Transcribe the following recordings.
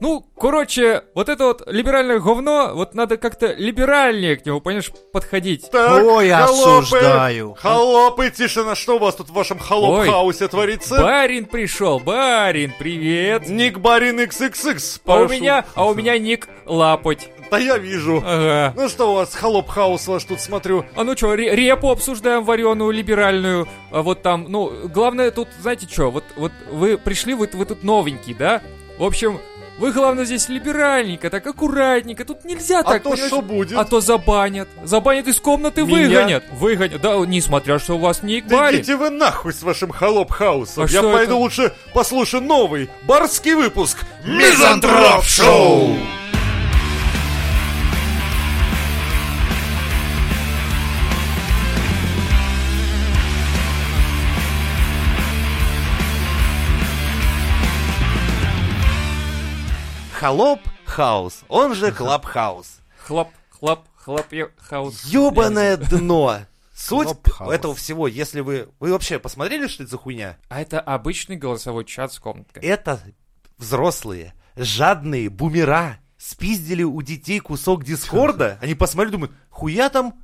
Ну, короче, вот это вот либеральное говно, вот надо как-то либеральнее к нему, понимаешь, подходить. Так, Ой, холопы, осуждаю. Холопы, тишина, что у вас тут в вашем холоп-хаусе творится? Барин пришел, барин, привет. Ник Барин XXX. А у пошел. меня, а у меня А. ник лапоть. Да я вижу. Ага. Ну что у вас, холоп-хаус ваш тут смотрю. А ну чё, ре- репу обсуждаем вареную, либеральную, а вот там, ну, главное тут, знаете что, вот, вот вы пришли, вы, вы тут новенький, да? В общем, вы, главное, здесь либеральненько, так аккуратненько, тут нельзя А так, то понимаешь? что будет? А то забанят. Забанят из комнаты, Меня? выгонят. Выгонят. Да, несмотря, что у вас не Да Барин. идите вы нахуй с вашим холоп-хаусом. А Я что пойду это? лучше послушаю новый барский выпуск Мизантроп Шоу! Холоп Хаус, он же Клаб Хаус. Хлоп, хлоп, хлоп, я- хаус. Ёбаное дно. Суть Клабхаус. этого всего, если вы... Вы вообще посмотрели, что это за хуйня? А это обычный голосовой чат с комнаткой. Это взрослые, жадные бумера спиздили у детей кусок Дискорда. Они посмотрели, думают, хуя там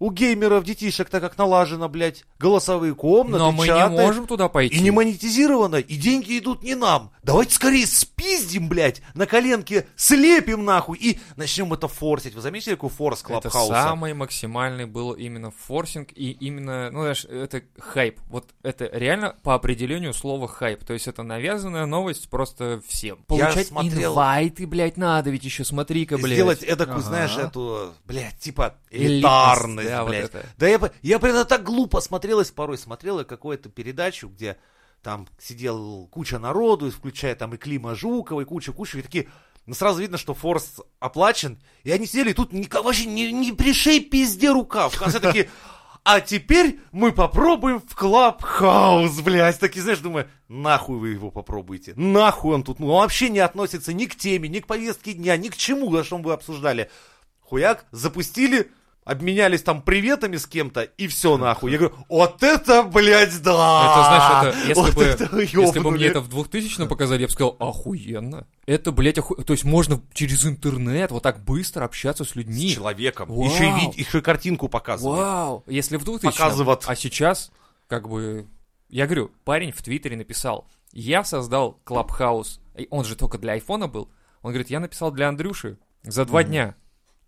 у геймеров, детишек, так как налажено, блядь, голосовые комнаты, Но мы не чаты. можем туда пойти. И не монетизировано, и деньги идут не нам. Давайте скорее спиздим, блядь, на коленке слепим нахуй и начнем это форсить. Вы заметили, какой форс Это Клабхауса? самый максимальный был именно форсинг и именно, ну знаешь, это хайп. Вот это реально по определению слова хайп. То есть это навязанная новость просто всем. Я Получать смотрел. инвайты, блядь, надо ведь еще, смотри-ка, блядь. Сделать эдакую, Ага. знаешь, эту, блядь, типа Элитность, элитарность, да, вот блядь. это. Да я, бы- я прям так глупо смотрелась порой, смотрела я какую-то передачу, где там сидел куча народу, включая там и Клима Жукова, и куча-куча, и такие... Ну, сразу видно, что форс оплачен, и они сидели, и тут никого вообще не, не пришей пизде рука. В конце такие, а теперь мы попробуем в Клабхаус, блядь. Такие, знаешь, думаю, нахуй вы его попробуете. Нахуй он тут. Ну, он вообще не относится ни к теме, ни к повестке дня, ни к чему, за что вы обсуждали. Хуяк, запустили, обменялись там приветами с кем-то, и все нахуй. Я говорю, вот это, блядь, да! А, Это, знаешь, это, если, Вот бы, это если бы мне ёбнули. это в 2000 показали, я бы сказал, охуенно. Это, блядь, оху... То есть можно через интернет вот так быстро общаться с людьми. С человеком. Вау. Еще, и, вид- еще и картинку показывают. Вау! Если в 2000 Показывают. А сейчас, как бы... Я говорю, парень в Твиттере написал, я создал Клабхаус, И он же только для айфона был. Он говорит, я написал для Андрюши за два дня.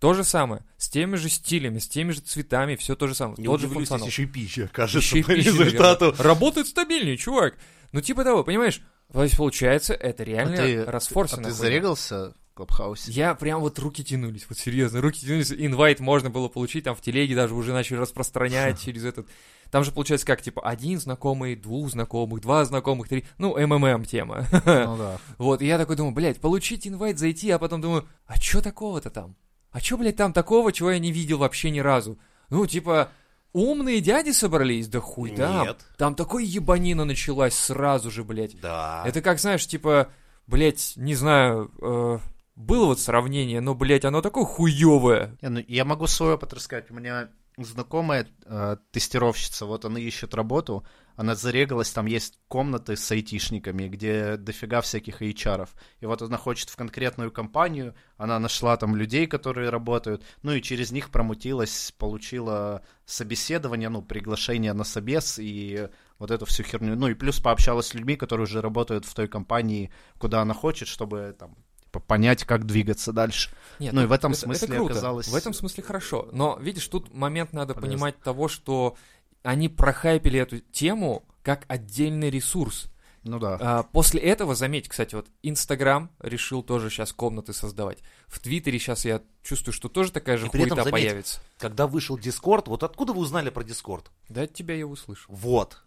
То же самое, с теми же стилями, с теми же цветами, все то же самое. Не тот же удивлюсь, функционал. если еще и пища, кажется, Ещё и по пища, наверное. результату. Работает стабильнее, чувак. Ну, типа того, понимаешь? То есть, получается, это реально ты, а расфорсено. ты хуйня. зарегался в Клабхаусе? Я прям вот руки тянулись, вот серьезно, руки тянулись. Инвайт можно было получить, там в телеге даже уже начали распространять через этот... Там же получается как, типа, один знакомый, двух знакомых, два знакомых, три... Ну, МММ тема. Ну да. Вот, и я такой думаю, блядь, получить инвайт, зайти, а потом думаю, а чё такого-то там? А чё, блядь, там такого, чего я не видел вообще ни разу? Ну, типа, умные дяди собрались, да хуй там. Нет. Там такой ебанина началась сразу же, блядь. Да. А. Это как, знаешь, типа, блядь, не знаю, э, было вот сравнение, но, блядь, оно такое хуёвое. Не, ну, я могу свой опыт рассказать. У меня знакомая э, тестировщица, вот она ищет работу, она зарегалась, там есть комнаты с айтишниками, где дофига всяких HR. И вот она хочет в конкретную компанию, она нашла там людей, которые работают, ну и через них промутилась, получила собеседование, ну, приглашение на собес и вот эту всю херню. Ну и плюс пообщалась с людьми, которые уже работают в той компании, куда она хочет, чтобы там типа, понять, как двигаться дальше. Нет, Ну и в этом это- смысле это круто. оказалось- В этом смысле хорошо. Но, видишь, тут момент надо Полезно. понимать того, что они прохайпили эту тему как отдельный ресурс. Ну да. А, после этого, заметь, кстати, вот Инстаграм решил тоже сейчас комнаты создавать. В Твиттере сейчас я чувствую, что тоже такая же И при этом, хуета заметь, появится. Когда вышел Дискорд, вот откуда вы узнали про Дискорд? Да от тебя я услышал. Вот.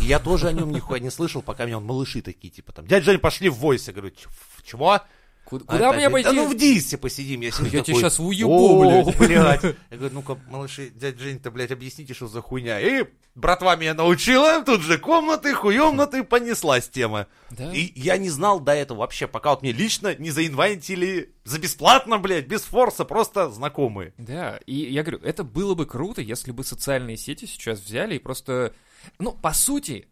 И я тоже о нем нихуя не слышал, пока меня он малыши такие, типа там, дядя Жень, пошли в войсе. Я говорю, «Ч- в- чего? Куда, А, куда да, мне да, Да пойти? ну в Дисе посидим, я сижу Я тебе такой, сейчас уебу, «О, блядь. блядь. Я говорю, ну-ка, малыши, дядя Жень-то, блядь, объясните, что за хуйня. И братва меня научила, тут же комнаты, хуемнаты, понеслась тема. Да. И я не знал до этого вообще, пока вот мне лично не заинвайтили за бесплатно, блядь, без форса, просто знакомые. Да, и я говорю, это было бы круто, если бы социальные сети сейчас взяли и просто... Ну, по сути,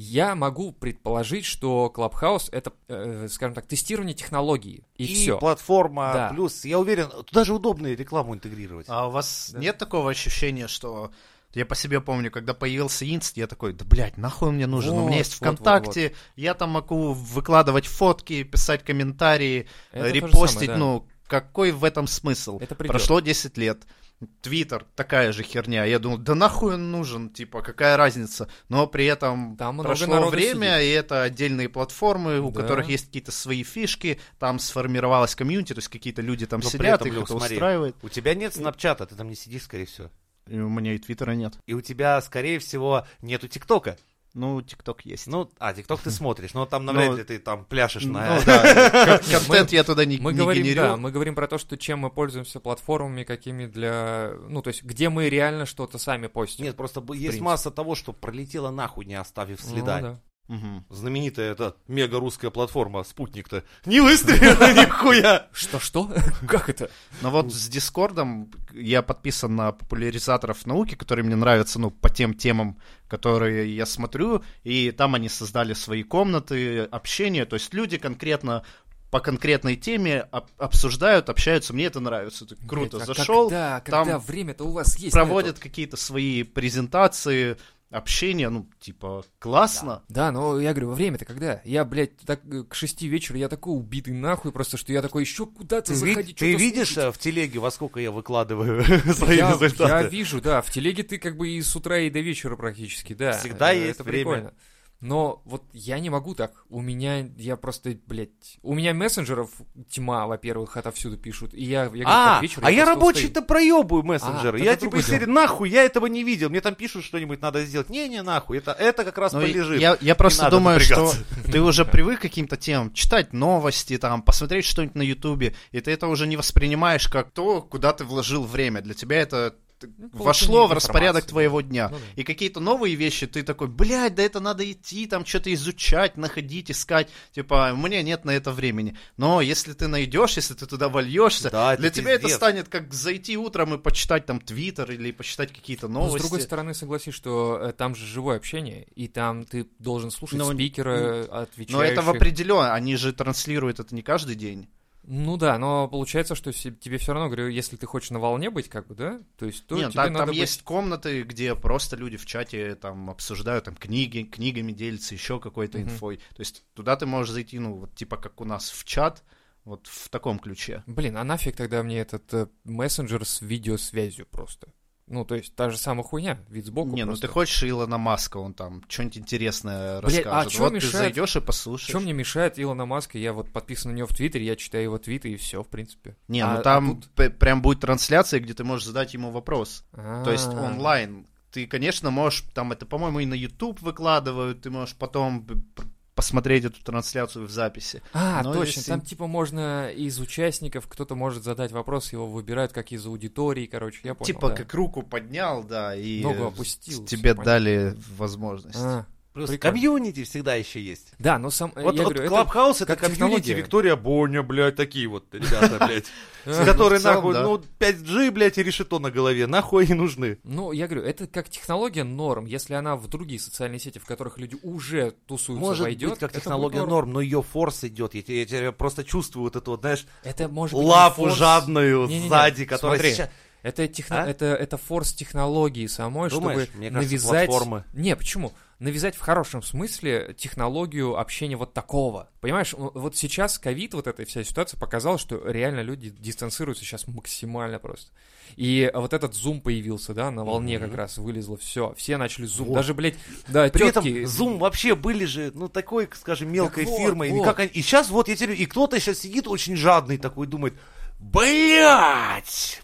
Я могу предположить, что Clubhouse — это, э, скажем так, тестирование технологии, и, все. платформа, Да. плюс, я уверен, туда же удобно и рекламу интегрировать. А у вас Да. нет такого ощущения, что... Я по себе помню, когда появился Инст, я такой, да, блядь, нахуй он мне нужен? у Вот, меня есть вот, вот, ВКонтакте, я там могу выкладывать фотки, писать комментарии, Это то же репостить, самое, да. ну, какой в этом смысл? Это придет. Прошло 10 лет. Твиттер такая же херня. Я думал, да нахуй он нужен, типа, какая разница. Но при этом Там много прошло народу время, и это отдельные платформы, у Да. которых есть какие-то свои фишки, там сформировалась комьюнити, то есть какие-то люди там Но при сидят, этом, их Лёх, это смотри, устраивает. У тебя нет снапчата, ты там не сидишь, скорее всего. И у меня и Твиттера нет. И у тебя, скорее всего, нету ТикТока. Ну, ТикТок есть. Ну, а, ТикТок ты смотришь, но там навряд Ну, ли ты там пляшешь Ну на... да, кон- контент я туда не Мы не говорим, да, генерю. мы говорим про то, что чем мы пользуемся платформами, какими для, ну то есть, где мы реально что-то сами постим. Нет, просто б- есть принципе. масса того, что пролетело нахуй, не оставив следа. Ну да. Мгм. Знаменитая эта мега русская платформа Спутник-то не выстрелила нихуя. Что что? Как это? Но вот с Дискордом я подписан на популяризаторов науки, которые мне нравятся, ну, по тем темам, которые я смотрю, и там они создали свои комнаты, общение, то есть люди конкретно по конкретной теме об- обсуждают, общаются, мне это нравится, это круто. Блядь, а Зашел, Когда, там когда время-то у вас есть? на проводят какие-то свои презентации, общение, ну, типа, классно. Да, но я говорю, время-то когда? Я, блядь, так, э, к шести вечера я такой убитый нахуй просто, что я такой еще куда-то Ты, ви- заходить. ты что-то видишь а, слушать». э, в телеге, во сколько я выкладываю свои я, я результаты? вижу, да, в телеге ты как бы и с утра, и до вечера практически, да. Всегда Э, есть это время. прикольно. Но вот я не могу так. У меня, я просто, блядь, у меня мессенджеров тьма, во-первых, отовсюду пишут. И я, я говорю, А, под вечер а я просто рабочий-то устаю. проебываю мессенджер. А, я это типа другое из серии, нахуй, я этого не видел. Мне там пишут что-нибудь надо сделать. Не-не, нахуй, это, это как раз Ну, и полежит. Я, я просто надо думаю, что напрягаться. ты уже привык к каким-то темам, читать новости, там, посмотреть что-нибудь на Ютубе, и ты это уже не воспринимаешь как то, куда ты вложил время. Для тебя это т- Ну, получение вошло в информации, распорядок да. твоего дня. Ну да. И какие-то новые вещи ты такой, блядь, да это надо идти, там что-то изучать, находить, искать. Типа, у меня нет на это времени. Но если ты найдешь, если ты туда вольешься, Да, это для тебя это пиздец. станет как зайти утром и почитать там Твиттер или почитать какие-то Но новости. с другой стороны, согласись, что э, там же живое общение, и там ты должен слушать Но- спикера, отвечающих. Но это в определен, они же транслируют это не каждый день. Ну да, но получается, что се- тебе все равно, говорю, если ты хочешь на волне быть, как бы, да, то есть то Нет, тебе там, надо там быть- есть комнаты, где просто люди в чате там обсуждают там книги, книгами делятся, еще какой-то Мгм. инфой. То есть туда ты можешь зайти, ну, вот типа как у нас в чат, вот в таком ключе. Блин, а нафиг тогда мне этот э, мессенджер с видеосвязью просто? Ну, то есть та же самая хуйня, вид сбоку Не, просто. ну ты хочешь Илона Маска, он там что-нибудь интересное Блядь, а расскажет. чё вот мешает? ты зайдешь и послушаешь. Чем мне мешает Илона Маска? Я вот подписан на него в Твиттере, я читаю его твиты и все, в принципе. Не, А- ну а там тут- п- прям будет трансляция, где ты можешь задать ему вопрос. То есть А. онлайн. Ты, конечно, можешь, там это, по-моему, и на YouTube выкладывают, ты можешь потом п- п- посмотреть эту трансляцию в записи. А, Но точно, если- там типа можно из участников, кто-то может задать вопрос, его выбирают как из аудитории, короче, я понял. типа да. как руку поднял, да, и Ногу э, опустил, тебе всё понятно. дали возможность. А, Плюс прикольно. комьюнити всегда еще есть. Да, но сам... э, Вот, я вот говорю, это- Клабхаус это, как комьюнити технология. Виктория Боня, блядь, такие вот ребята, блядь. А. Которые в целом, нахуй, да. ну, 5G, блядь, и решето на голове. Нахуй они нужны. Ну, я говорю, это как технология норм. Если она в другие социальные сети, в которых люди уже тусуются, Может войдет. быть, как это будет технология норм, но ее форс идет. Я, те- я тебя просто чувствую вот эту вот, знаешь, Это может быть. не лапу форс. жадную Не-не-не, сзади, которая смотри, сейчас... Это, техно- А? это, это форс технологии самой, Думаешь? чтобы Мне кажется, навязать. платформы. Не, почему? Навязать в хорошем смысле технологию общения вот такого. Понимаешь, м, вот сейчас ковид, вот эта вся ситуация показала, что реально люди дистанцируются сейчас максимально просто. И вот этот зум появился, да, на волне Мгм. как раз вылезло все. Все начали зум. Вот. Даже, блядь, да, При этом тетки- Zoom вообще были же, ну, такой, скажем, мелкой Так вот, фирмой. вот. Никак они- И сейчас вот я тебе... И кто-то сейчас сидит очень жадный такой, думает, блядь,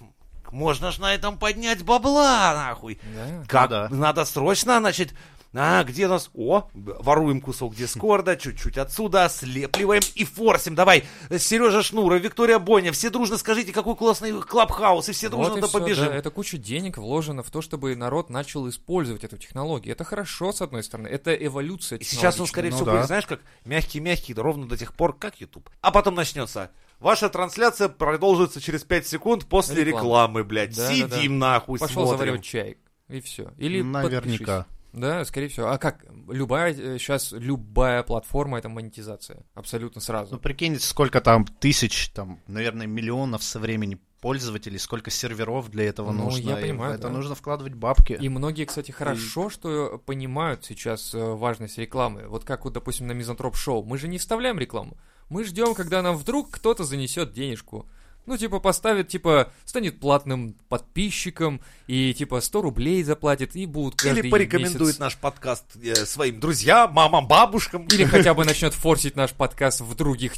можно ж на этом поднять бабла, нахуй. Ну Да. Как? да. Надо срочно, значит, а, где у нас? О, б- воруем кусок Дискорда, чуть-чуть отсюда, слепливаем и форсим. Давай, Сережа Шнура, Виктория Боня, все дружно скажите, какой классный клабхаус, и все Вот дружно и туда всё, побежим. да. это куча денег вложено в то, чтобы народ начал использовать эту технологию. Это хорошо, с одной стороны. Это эволюция И Сейчас он, скорее ну всего, да. будет, знаешь, как мягкий-мягкий, да ровно до тех пор, как YouTube. А потом начнется. Ваша трансляция продолжится через 5 секунд после Реклама. рекламы, блядь. Да, да, Сидим нахуй, Пошел смотрим. заваривать чай. И все. Или Ну, Наверняка. подпишись. Да, скорее всего. А как? Любая, сейчас любая платформа — это монетизация. Абсолютно сразу. Ну, прикиньте, сколько там тысяч, там, наверное, миллионов со времени пользователей, сколько серверов для этого Ну, нужно. я и понимаю, в да. это нужно вкладывать бабки. И многие, кстати, хорошо, что понимают сейчас э, важность рекламы. Вот как вот, допустим, на Мизантроп Шоу. Мы же не вставляем рекламу. Мы ждем, когда нам вдруг кто-то занесет денежку. Ну, типа, поставит, типа, станет платным подписчиком и, типа, 100 рублей заплатит, и будут каждый Или порекомендует месяц. наш подкаст э, своим друзьям, мамам, бабушкам. Или хотя бы начнет форсить наш подкаст в других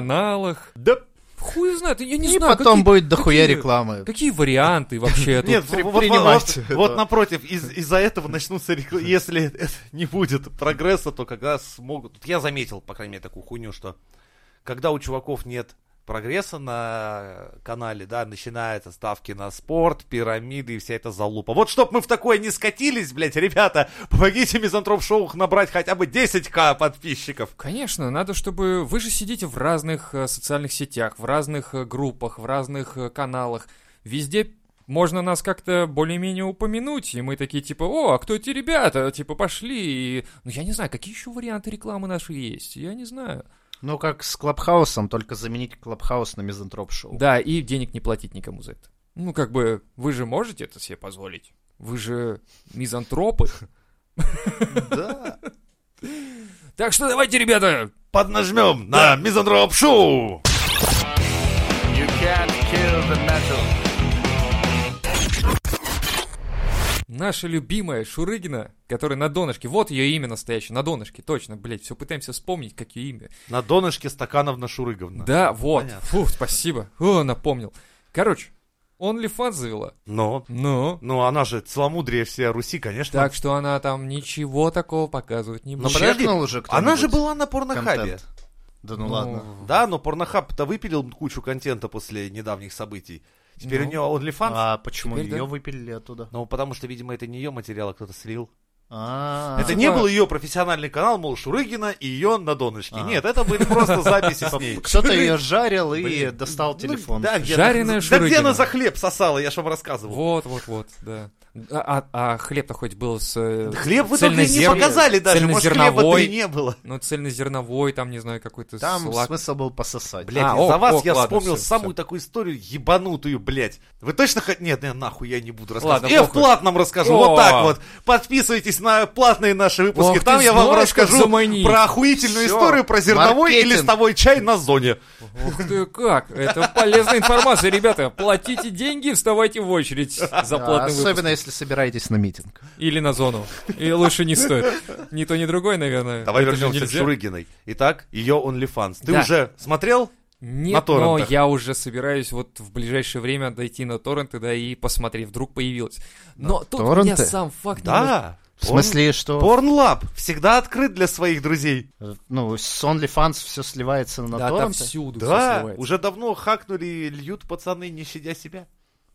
телеграм-каналах. Да. Хуй знает, я не и знаю, потом какие, будет дохуя какие- рекламы. какие варианты вообще тут. Нет, при- вот, вот- принимать вот- это. вот напротив, из- из-за этого начнутся рекламы. Если это не будет прогресса, то когда смогут... Вот Я заметил, по крайней мере, такую хуйню, что когда у чуваков нет прогресса на канале, да, начинаются ставки на спорт, пирамиды и вся эта залупа. Вот чтоб мы в такое не скатились, блядь, ребята, помогите Мизантроп Шоу набрать хотя бы 10к подписчиков. Конечно, надо, чтобы вы же сидите в разных э, социальных сетях, в разных э, группах, в разных э, каналах. Везде можно нас как-то более-менее упомянуть, и мы такие типа, о, а кто эти ребята? Типа пошли. И... Ну я не знаю, какие еще варианты рекламы наши есть, я не знаю. Ну, как с Клабхаусом, только заменить Клабхаус на Мизантроп-шоу. Да, и денег не платить никому за это. Ну как бы вы же можете это себе позволить. Вы же мизантропы. Да. Так что давайте, ребята, Поднажмем на Мизантроп Шоу! Наша любимая Шурыгина, которая на донышке, вот ее имя настоящее, на донышке, точно, блядь, все пытаемся вспомнить, как ее имя. На донышке Стакановна Шурыговна. Да, вот, понятно. фу, спасибо, о, напомнил. Короче, OnlyFans завела, Но... ну, Ну, она же целомудрие все Руси, конечно. так что она там ничего такого показывать не Ну, будет. подожди, Чекнул уже кто-нибудь Она же была на порнохабе. контент? Да ну ладно. Да, но порнохаб-то выпилил кучу контента после недавних событий. Теперь Ну. у нее OnlyFans. А почему Теперь да. ее выпилили оттуда? Ну, потому что, видимо, это не ее материал, а кто-то слил. А, Это Типа- не был ее профессиональный канал, мол, Шурыгина и ее на донышке. А. Нет, это были просто записи с ней. кто-то ее жарил и Блин. достал Ну, телефон. да, где Жареная она- Да где Шурыгина. она за хлеб сосала, я же вам рассказывал. Ну, Вот, вот, вот, да. А, а- а хлеб-то хоть был с... э, Хлеб вы только не цельнозерн- показали даже, может, хлеба-то цельнозерновой. и не было. Ну, цельнозерновой, там, не знаю, какой-то Там слаг. смысл был пососать. Блять, А, из-за ок, вас ок, я ладно, вспомнил всё, самую всё. такую историю ебанутую, блядь. Вы точно хоть... Нет, нет, нахуй я не буду рассказывать. Ладно, я в похуй. платном расскажу, О. вот так вот. Подписывайтесь на платные наши выпуски, Ох, там ты я вам знаешь, расскажу как заманить. про охуительную Всё. историю про зерновой Маркетинг. и листовой чай на зоне. Ух ты, как! Это полезная информация, ребята. Платите деньги, вставайте в очередь за Да, платный выпуск. А, особенно если собираетесь на митинг. Или на зону. И лучше не стоит. Ни то, ни другое, наверное. Давай Это же вернемся к нельзя. Шурыгиной. Итак, ее OnlyFans. Ты Да. уже смотрел? на Нет, но торрентах. я уже собираюсь вот в ближайшее время дойти на торренты, да, и посмотреть, вдруг появилось. Но тут меня торренты? сам факт немножко- Да. В смысле, что... Порнлаб всегда открыт для своих друзей. э, Ну, с OnlyFans все сливается на Да, торренты. отовсюду всё Да, сливается. уже давно хакнули и льют пацаны, не щадя себя.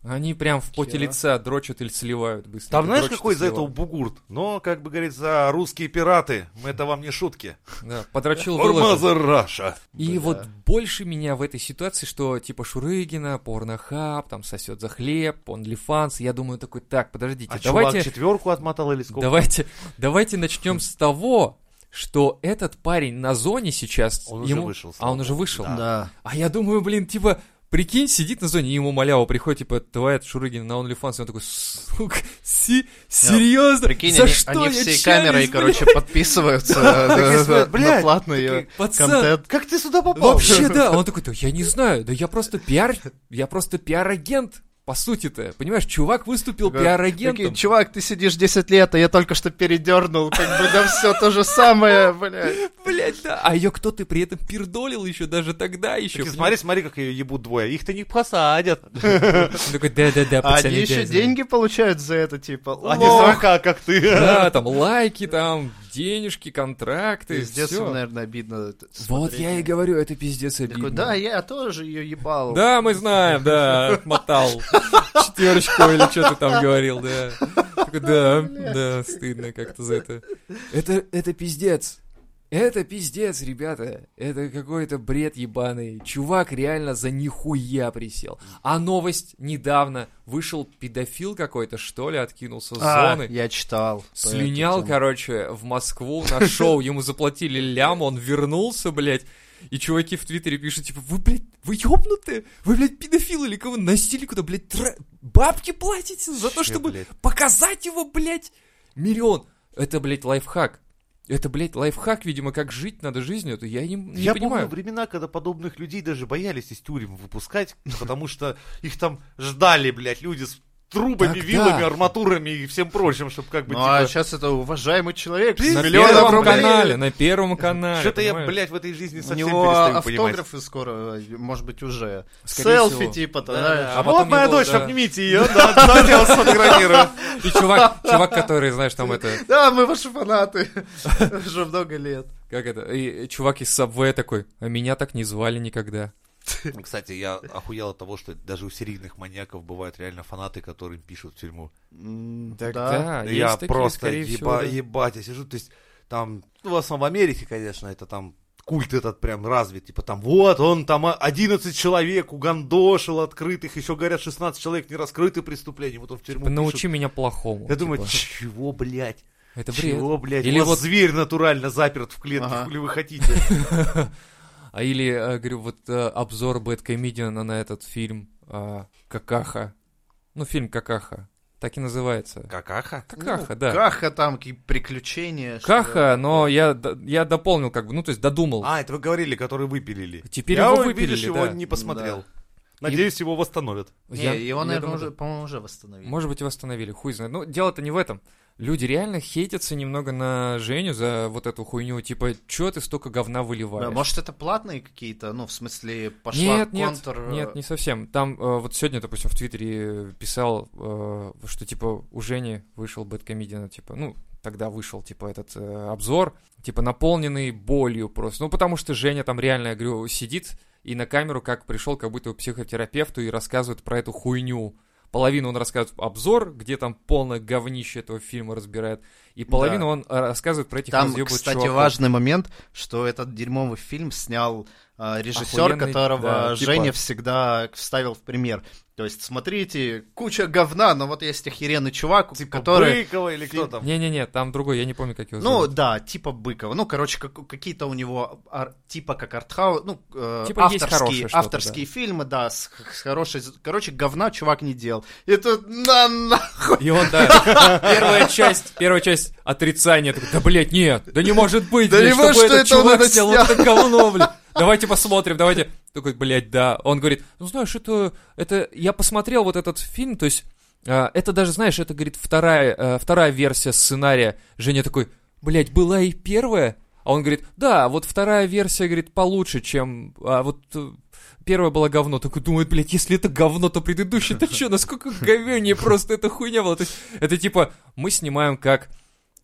Они прям в поте Хера. лица дрочат или сливают быстро. Там знаешь, Дрочат и какой из-за этого сливают. бугурт? Но, как бы говорится, русские пираты, мы- это вам не шутки. Да, подрочил, выложил. Ормаза Раша. И Бля. вот больше меня в этой ситуации, что типа Шурыгина, Порнохаб, там сосет за хлеб, OnlyFans, я думаю такой, так, подождите, А давайте... чувак четверку отмотал или сколько? Давайте, давайте начнем с того, что этот парень на зоне сейчас... Он уже ему- вышел, слава А он уже богу, вышел? да. Да. А я думаю, блин, типа, прикинь, сидит на зоне, и ему малява приходит, типа, давай от Шурыгина на OnlyFans, и он такой, сука, си- серьезно? Прикинь, За они, что они я всей чалюсь, камерой, блин?» короче, подписываются э, Так и да, смотрят, да, на «Блядь, платный э, Пацан, контент. Как ты сюда попал? Вообще, да. Он такой, да я не знаю, да я просто пиар, я просто пиар-агент, по сути-то. Понимаешь, чувак выступил Такой, пиар-агентом. Такие, Чувак, ты сидишь 10 лет, а я только что передернул, как бы, да все то же самое, блядь. Блять, да. А ее кто-то при этом пердолил еще даже тогда еще. Так и смотри, смотри, как ее ебут двое. Их-то не посадят. Он такой, да-да-да, А пацаны, они да, еще я знаю». деньги получают за это, типа, Они лох. сорока, как ты. Да, там лайки, там денежки, контракты, Пиздец, им, все. наверное, обидно это Вот смотреть. я и говорю, это пиздец обидно. Такой, да, я тоже ее ебал. Да, мы знаем, да, отмотал четверочку или что ты там говорил, да. Такой, Да, да, стыдно как-то за это. Это, это пиздец. Это пиздец, ребята. Это какой-то бред ебаный. Чувак реально за нихуя присел. А новость недавно. Вышел педофил какой-то, что ли, откинулся с А, зоны. я читал. по этой Слинял, теме. короче, в Москву на шоу, ему заплатили лям, он вернулся, блядь. И чуваки в Твиттере пишут, типа, вы, блядь, вы ёбнутые? Вы, блядь, педофилы или кого насилие куда, блядь, тра- бабки платите за то, Че, чтобы блядь? показать его, блядь, миллион? Это, блядь, лайфхак. Это, блядь, лайфхак, видимо, как жить надо жизнью, это я не, не Я понимаю. помню времена, когда подобных людей даже боялись из тюрем выпускать, потому что их там ждали, блядь, люди с трубами, Так, да. вилами, арматурами и всем прочим, чтобы как бы... Ну а типа, сейчас это уважаемый человек. Ты с на миллионов первом рублей. канале, на первом канале. Что-то я, понимаешь? блядь, в этой жизни У совсем него перестаю понимать. автографы скоро, может быть, уже. Скорее Селфи всего. типа, да, Да, а а потом вот не моя было, дочь, да. обнимите ее, да, давайте я вас сфотографирую. И чувак, чувак, который, знаешь, там это, Да, мы ваши фанаты. Уже много лет. Как это? И и чувак из Subway такой, а меня так не звали никогда. Кстати, я охуел от того, что даже у серийных маньяков бывают реально фанаты, которым пишут в тюрьму. да, А, есть я такие, просто скорее еба- всего, да. ебать, я сижу, то есть там, ну, в основном в Америке, конечно, это там культ этот прям развит, типа там вот он там а, 11 человек угандошил открытых, еще говорят 16 человек не раскрыты преступления, вот он в тюрьму Типа, научи пишет. меня плохому. Я думаю, типа. чего, блядь? это бред. Чего, блядь? Или Или вот- вот зверь натурально заперт в клетке, Ага. хули вы хотите? А или, э, говорю, вот э, обзор Бэт Комедиана на этот фильм э, «Какаха». Ну, фильм «Какаха». Так и называется. Какаха? «Какаха», Ну, да. Каха там, какие приключения. что- «Какаха», но я, д- я дополнил как бы, ну, то есть додумал. А, это вы говорили, который выпилили. Теперь я, его видишь, выпилили, его да. не Да. посмотрел. Надеюсь, его восстановят. Не, Я- его, я наверное, думаю, уже, да. по-моему, уже восстановили. Может быть, и восстановили, хуй знает. Ну, дело-то не в этом. Люди реально хейтятся немного на Женю за вот эту хуйню. Типа, чё ты столько говна Да, выливаешь? может, это платные какие-то, ну, в смысле, пошла нет, нет, контр... э, Нет, не совсем. Там э, вот сегодня, допустим, в Твиттере э, писал, э, что типа у Жени вышел Бэткомедиан, типа, ну, тогда вышел, типа, этот э, обзор, типа, наполненный болью просто. Ну, потому что Женя там реально, я говорю, сидит и на камеру как пришел как будто к психотерапевту и рассказывает про эту хуйню. Половину он рассказывает обзор, где там полное говнище этого фильма разбирает, и половину Да. он э, рассказывает про этих Там, разъёбанных кстати, чуваков. важный момент, что этот дерьмовый фильм снял э, режиссер, Охуенный, которого да, типа- Женя всегда вставил в пример. То есть, смотрите, куча говна, но вот есть охеренный чувак, который... Быкова или кто там? Не-не-не, там другой, я не помню, как Типа его Ну зовут. да, типа Быкова. Ну, короче, как- какие-то у него ар- типа как артхаус, ну, э, Типа есть хорошее авторские, что-то, авторские фильмы, да, с, х- с хорошей... Короче, говна чувак не делал. И тут на нахуй. И он, да, первая часть, первая часть отрицания, такой, да, блядь, нет, да не может быть, Да блядь, не чтобы может, этот что это он чувак это снял вот это говно, блядь. Давайте посмотрим, давайте. Такой, блядь, да. Он говорит, ну, знаешь, это, это, я посмотрел вот этот фильм, то есть, а, это даже, знаешь, это, говорит, вторая, э, вторая версия сценария. Женя такой, блядь, была и первая? А он говорит, да, вот вторая версия, говорит, получше, чем, а вот э, Первое было говно. Такой думает, блядь, если это говно, то предыдущее. то что, насколько говенее просто эта хуйня была. То есть, это типа, мы снимаем как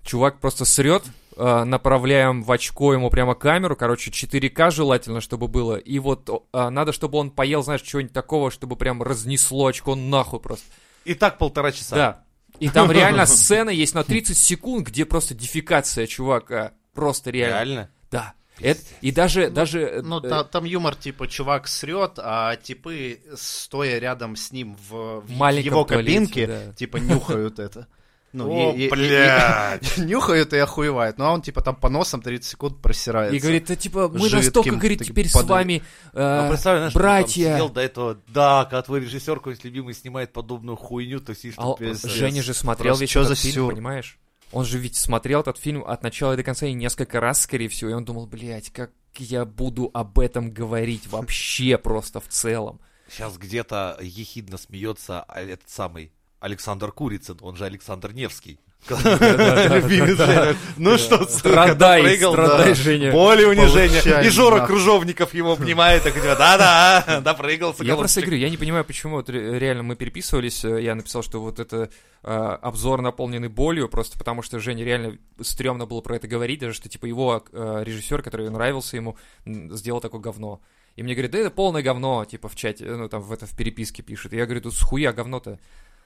чувак просто срет, э, направляем в очко ему прямо камеру, короче, 4К желательно, чтобы было. И вот о, а, надо, чтобы он поел, знаешь, чего-нибудь такого, чтобы прям разнесло очко нахуй просто. И так полтора часа. Да. И там реально сцена есть на 30 секунд, где просто дефикация чувака. Просто реально. Реально? Да. Это- и даже, даже... э, Ну, э, та- там юмор, типа, чувак срет, а типы, стоя рядом с ним в, в маленьком его туалете, кабинке, да. типа, нюхают это. Ну, О, и- и- и- блядь. Нюхают и охуевают. Ну, а он, типа, там по носам 30 секунд просирается. И говорит, «Да, типа, мы Жидким настолько, говорит, таким теперь с падает. вами э, Ну, представь, знаешь, братья. ты там сидел до этого, да, когда твой режиссер какой-нибудь любимый снимает подобную хуйню, то сидишь А там он- пиздец. Женя же смотрел Просто весь чё этот за фильм, сюр? понимаешь? Он же ведь смотрел этот фильм от начала до конца и несколько раз, скорее всего, и он думал, блядь, как я буду об этом говорить вообще просто в целом. Сейчас где-то ехидно смеется а, этот самый Александр Курицын, он же Александр Невский. Любимец Женя. Ну что, сука, Страдай, допрыгал, да. страдай, Женя. Боль и унижение. Получай, И Жора нахуй. Кружовников его обнимает, так говорит, да-да, допрыгался. Я просто голубчик». говорю, я не понимаю, почему вот ре- реально мы переписывались, э, я написал, что вот это э, обзор наполненный болью, просто потому что Жене реально стрёмно было про это говорить, даже что типа его режиссер, который нравился ему, м, сделал такое говно. И мне говорят, да это полное говно, типа в чате, э, ну там в это в переписке пишет. И я говорю, тут с хуя говно-то.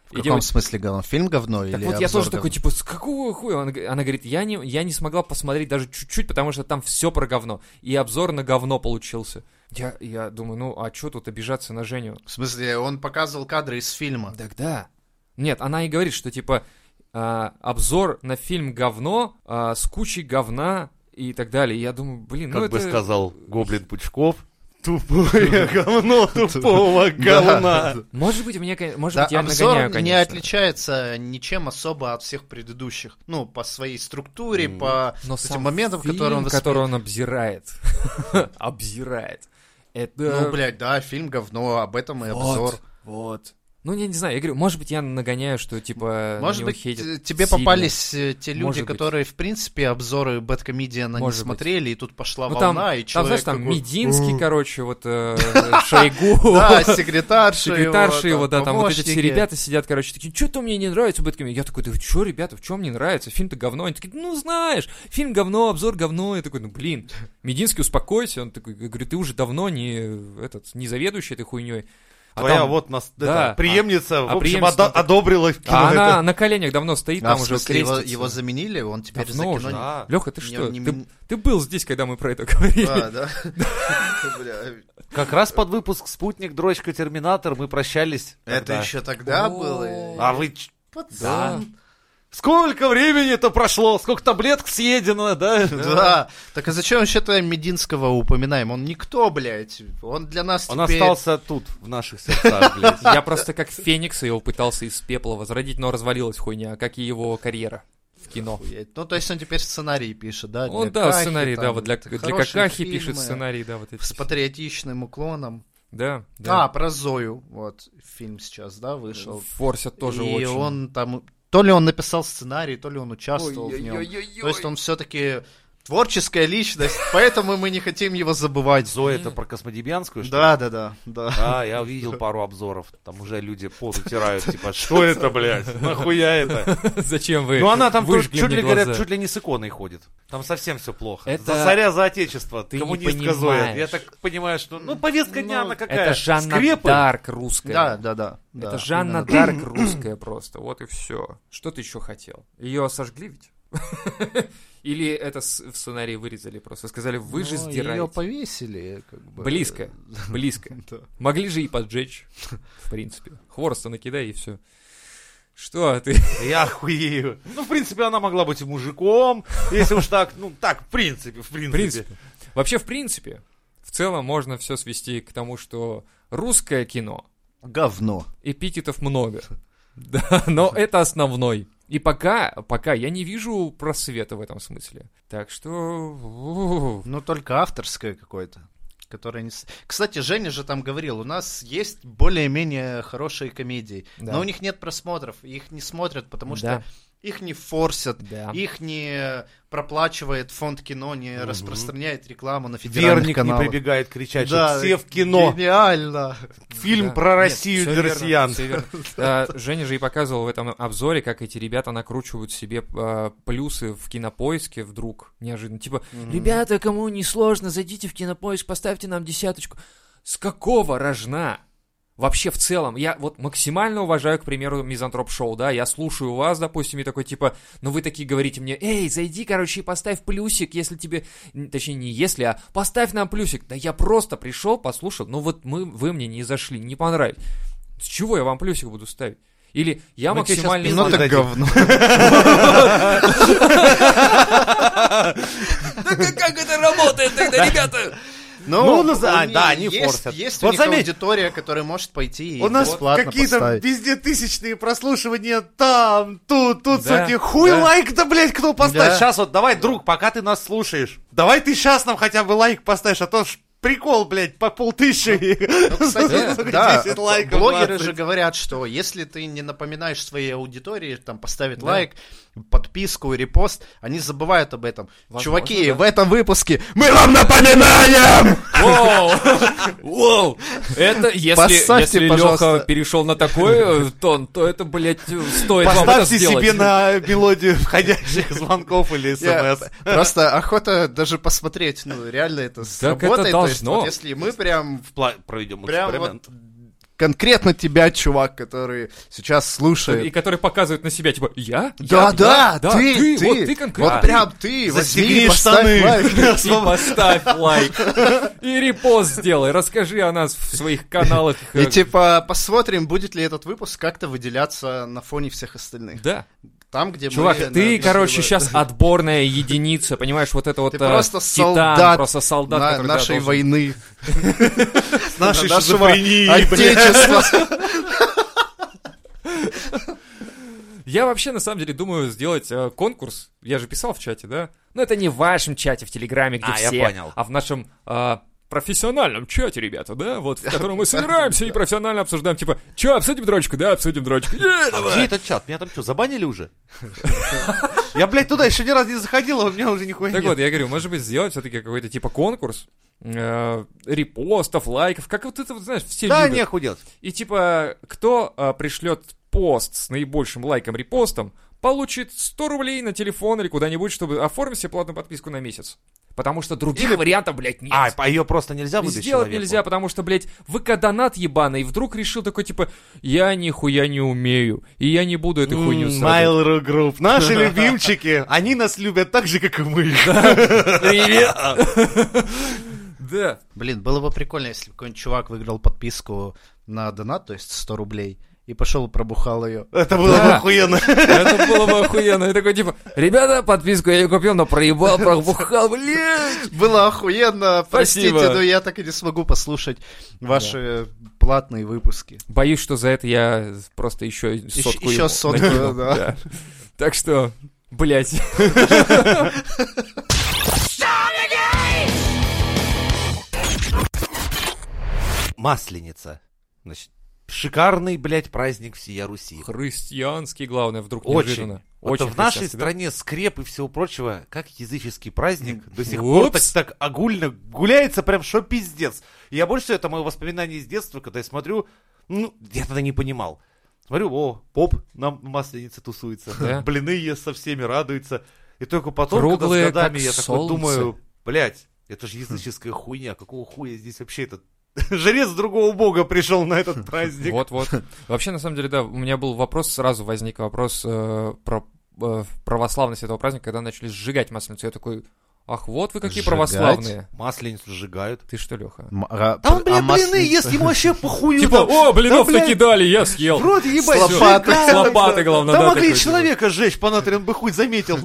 В И каком девочка- смысле говно? Фильм говно Так или вот, я обзор тоже такой, говно? типа, с какого хуя? Она, г- она говорит, я не, я не смогла посмотреть даже чуть-чуть, потому что там все про говно. И обзор на говно получился. Я, я думаю, ну, а что тут обижаться на Женю? В смысле, он показывал кадры из фильма. Тогда. Нет, она и говорит, что, типа, а, обзор на фильм говно а, с кучей говна и так далее. И я думаю, блин, ну Как бы это... сказал Гоблин Пучков, тупое говно тупого говна. Может быть, у меня, кон- может Да, быть, я обзор нагоняю, не конечно. отличается ничем особо от всех предыдущих. Ну, по своей структуре, М. по Но этим сам моментам, фильм, которые он воспри- который он обзирает. обзирает. Это... Ну, блядь, да, фильм говно, об этом и Вот, обзор. Вот. Ну, я не знаю, я говорю, может быть, я нагоняю, что, типа, Может на него быть, э, хейтят т- тебе сильно. попались э, те люди, Может быть. которые, в принципе, обзоры Бэткомедиана не Может быть. смотрели, и тут пошла Ну, там, волна, и человек... там, знаешь, там такой, Мединский, «Ух». короче, вот э, Шойгу, Да, секретарша его, секретарши его, да, там вот эти помощники. все ребята сидят, короче, такие, что-то мне не нравится Бэткомедиан. Я такой, да вы чё, ребята, в чем не нравится? Фильм-то говно. Они такие, ну, знаешь, фильм говно, обзор говно. Я такой, ну, блин, Мединский, успокойся. Он такой, я говорю, ты уже давно не, этот, не заведующий этой хуйней. А Твоя там- вот нас, Да. это, а, преемница, в общем, преемница одо- там- одобрила А кино она это. на коленях давно стоит, Да, там А в уже смысле, его, крестится. его заменили, он теперь за Давно кино уже. не- Да. Леха, ты не- что? не- Ты, ты был здесь, когда мы про это говорили. А, да. Бля, Как раз под выпуск «Спутник», «Дрочка», «Терминатор» мы прощались. Это тогда. еще тогда О. было. А вы... ч- Да. Пацан. Сколько времени-то прошло? Сколько таблеток съедено, да? Да. Так а зачем вообще-то Мединского упоминаем? Он никто, блядь. Он для нас Он теперь... остался тут, в наших сердцах, блядь. Я просто как Феникс его пытался из пепла возродить, но развалилась хуйня, как и его карьера в кино. Охуеть. Ну, то есть он теперь сценарий пишет, да? Он, для да, Кахи, сценарий, там, да, вот для, это для хорошие Какахи фильмы пишет сценарий, да, вот эти. С патриотичным уклоном. Да, да. А, про Зою, вот, фильм сейчас, да, вышел. Форсят тоже А, И очень. он там... То ли он написал сценарий, то ли он участвовал в нем. Ой-ой-ой-ой-ой. То есть он все-таки творческая личность, поэтому мы не хотим его забывать. Зоя, это про космодемьянскую, что ли? Да, да, да, да. Да, я видел пару обзоров. Там уже люди пот утирают, типа, что это, блядь? Нахуя это? Зачем вы Ну она там тут выжгли чуть мне ли, говорят, глаза? чуть ли не с иконой ходит. Там совсем все плохо. Это- За царя, за отечество. Ты Ты не коммунистка понимаешь. Зоя. Я так понимаю, что... Ну, повестка дня, Ну, она какая? Это Жанна Скрепы? Дарк русская. Да, да, да. да, Это Жанна именно так. Дарк русская просто. Вот и все. Что ты еще хотел? Ее сожгли ведь? Или это с- в сценарии вырезали просто? Сказали, вы же Ну, Ее сдираете. повесили, как бы. Близко, близко. Да. Могли же и поджечь, в принципе. Хвороста накидай и все. Что а ты? Я охуею. Ну, в принципе, она могла быть и мужиком, если уж так, ну, так, в принципе, в В принципе. принципе. Вообще, в принципе, в целом можно все свести к тому, что русское кино, Говно. эпитетов много. Да, но это основной. И пока, пока я не вижу просвета в этом смысле. Так что... у-у-у. Ну, только авторское какое-то. Которое не... с- Кстати, Женя же там говорил, у нас есть более-менее хорошие комедии, Да. но у них нет просмотров, их не смотрят, потому Да. что их не форсят, Да. их не проплачивает фонд кино, не Мгм. распространяет рекламу на федеральных Верник не каналах. прибегает кричать, Да, что все в кино. Гениально. Фильм Да. про Нет, Россию всё для верно, россиян. всё верно. Э, Женя же и показывал в этом обзоре, как эти ребята накручивают себе э, плюсы в кинопоиске вдруг, неожиданно. Типа, ребята, кому не сложно, зайдите в кинопоиск, поставьте нам десяточку. С какого рожна? Вообще в целом, я вот максимально уважаю, к примеру, мизантроп шоу, да, я слушаю вас, допустим, и такой типа, ну вы такие говорите мне, эй, зайди, короче, и поставь плюсик, если тебе, Н- точнее не если, а поставь нам плюсик. Да я просто пришел, послушал, ну вот мы, вы мне не зашли, не понравились. С чего я вам плюсик буду ставить? Или я Мы тебе щас максимально... пизду Ну ты дадим. говно. Да Ну, как, как это работает тогда, ребята? Ну, у ну, за- а, них да, они есть- форсят. Есть у Вот них заметь- аудитория, которая может пойти и У нас бесплатно какие-то поставить. везде тысячные прослушивания там, тут, тут Да, сотни. Хуй да. лайк-то, блядь, кто поставит. Да. Сейчас вот давай, друг, пока ты нас слушаешь, давай ты сейчас нам хотя бы лайк поставишь, а то ж прикол, блядь, по полтыщи. Ну, кстати, да, 10 лайков, блогеры 20. же говорят, что если ты не напоминаешь своей аудитории, там, поставить Да. лайк, подписку, репост, они забывают об этом. Возможно, Чуваки, да. в этом выпуске мы вам напоминаем! Воу! Воу! Это если, Поставьте, если пожалуйста. Леха перешел на такой э, тон, то это, блядь, э, стоит вам это Поставьте сделать. себе на мелодию входящих звонков или Я- смс. Просто охота даже посмотреть, ну, реально это сработает. То есть должно. вот если мы прям, Проведем прям вот конкретно тебя, чувак, который сейчас И слушает. который показывает на себя, типа, я? Да, Я? да, Я? ты, ты, вот ты конкретно. Вот прям ты, возьми Застегни и поставь штаны. лайк. И поставь лайк. И репост сделай. Расскажи о нас в своих каналах. И типа посмотрим, будет ли этот выпуск как-то выделяться на фоне всех остальных. Да. Там, где мы Чувак, ты, написали короче, бы- сейчас отборная единица, понимаешь, вот это вот Ты а, просто титан, солдат просто солдат на- который, да, нашей должен- войны, С нашей нашего шизофренией, блядь. отечества. Я вообще на самом деле думаю сделать э, конкурс. Я же писал в чате, да? Но Ну, это не в вашем чате в Телеграме, где А, я все, понял. а в нашем э, профессиональном чате, ребята, да? Вот в котором мы собираемся и профессионально обсуждаем, типа, что, обсудим дрочку? Да, обсудим дрочку. Е, А давай. Где этот чат? Меня там что, забанили уже? Я, блядь, туда еще ни разу не заходил, а у меня уже нихуя Так нет. вот, я говорю, может быть, сделать все-таки какой-то типа конкурс э, репостов, лайков, как вот это, вот, знаешь, все Да, любят. нехуй делать. И типа, кто а, пришлет пост с наибольшим лайком, репостом, получит 100 рублей на телефон или куда-нибудь, чтобы оформить себе платную подписку на месяц. Потому что других вариантов, блядь, нет. А, а ее просто нельзя И выдать сделать человеку? нельзя, потому что, блядь, ВК-донат ебаный, и вдруг решил такой, типа, я нихуя не умею, и я не буду эту хуйню М, срать. Mail.ru Group. Наши любимчики. Они нас любят так же, как и мы. Да. Блин, было бы прикольно, если бы какой-нибудь чувак выиграл подписку на донат, то есть 100 рублей, и пошел и пробухал ее. Это было бы Да. охуенно. Это было бы охуенно. И такой, типа, ребята, подписку я ее купил, но проебал, пробухал, блядь. Было охуенно, простите, Спасибо. но я так и не смогу послушать ваши платные выпуски. Боюсь, что за это я просто еще сотку ещё ему сотку, накину, да. Так что, блядь. Масленица. Значит, шикарный, блядь, праздник всея Руси. Христианский, главное, вдруг Очень. неожиданно. Вот в нашей христианский, да? стране скреп и всего прочего, как языческий праздник, до сих пор так, Упс. так огульно гуляется, прям шо пиздец. И я больше всего, это мое воспоминание из детства, когда я смотрю, ну, я тогда не понимал. Смотрю, о, поп нам в масленице тусуется, Да. блины ест со всеми, радуется. И только потом, Круглые, когда с годами как я такой солнце. думаю, блядь, это же языческая хуйня, какого хуя здесь вообще этот жрец другого бога пришел на этот праздник. Вот-вот. Вообще, на самом деле, да, у меня был вопрос, сразу возник вопрос э, про э, православность этого праздника, когда начали сжигать масленицу. Я такой, ах, вот вы какие Сжигать? православные. Масленицу сжигают. Ты что, Леха? М- а- Там, а блин, блины, масленица? если ему вообще похую. Типа, о, блинов да, блядь. таки дали, я съел. Вроде ебать, С лопатой. сжигают. С лопатой, главное, Да да, могли и такой, человека сжечь по натрию, он бы хуй заметил.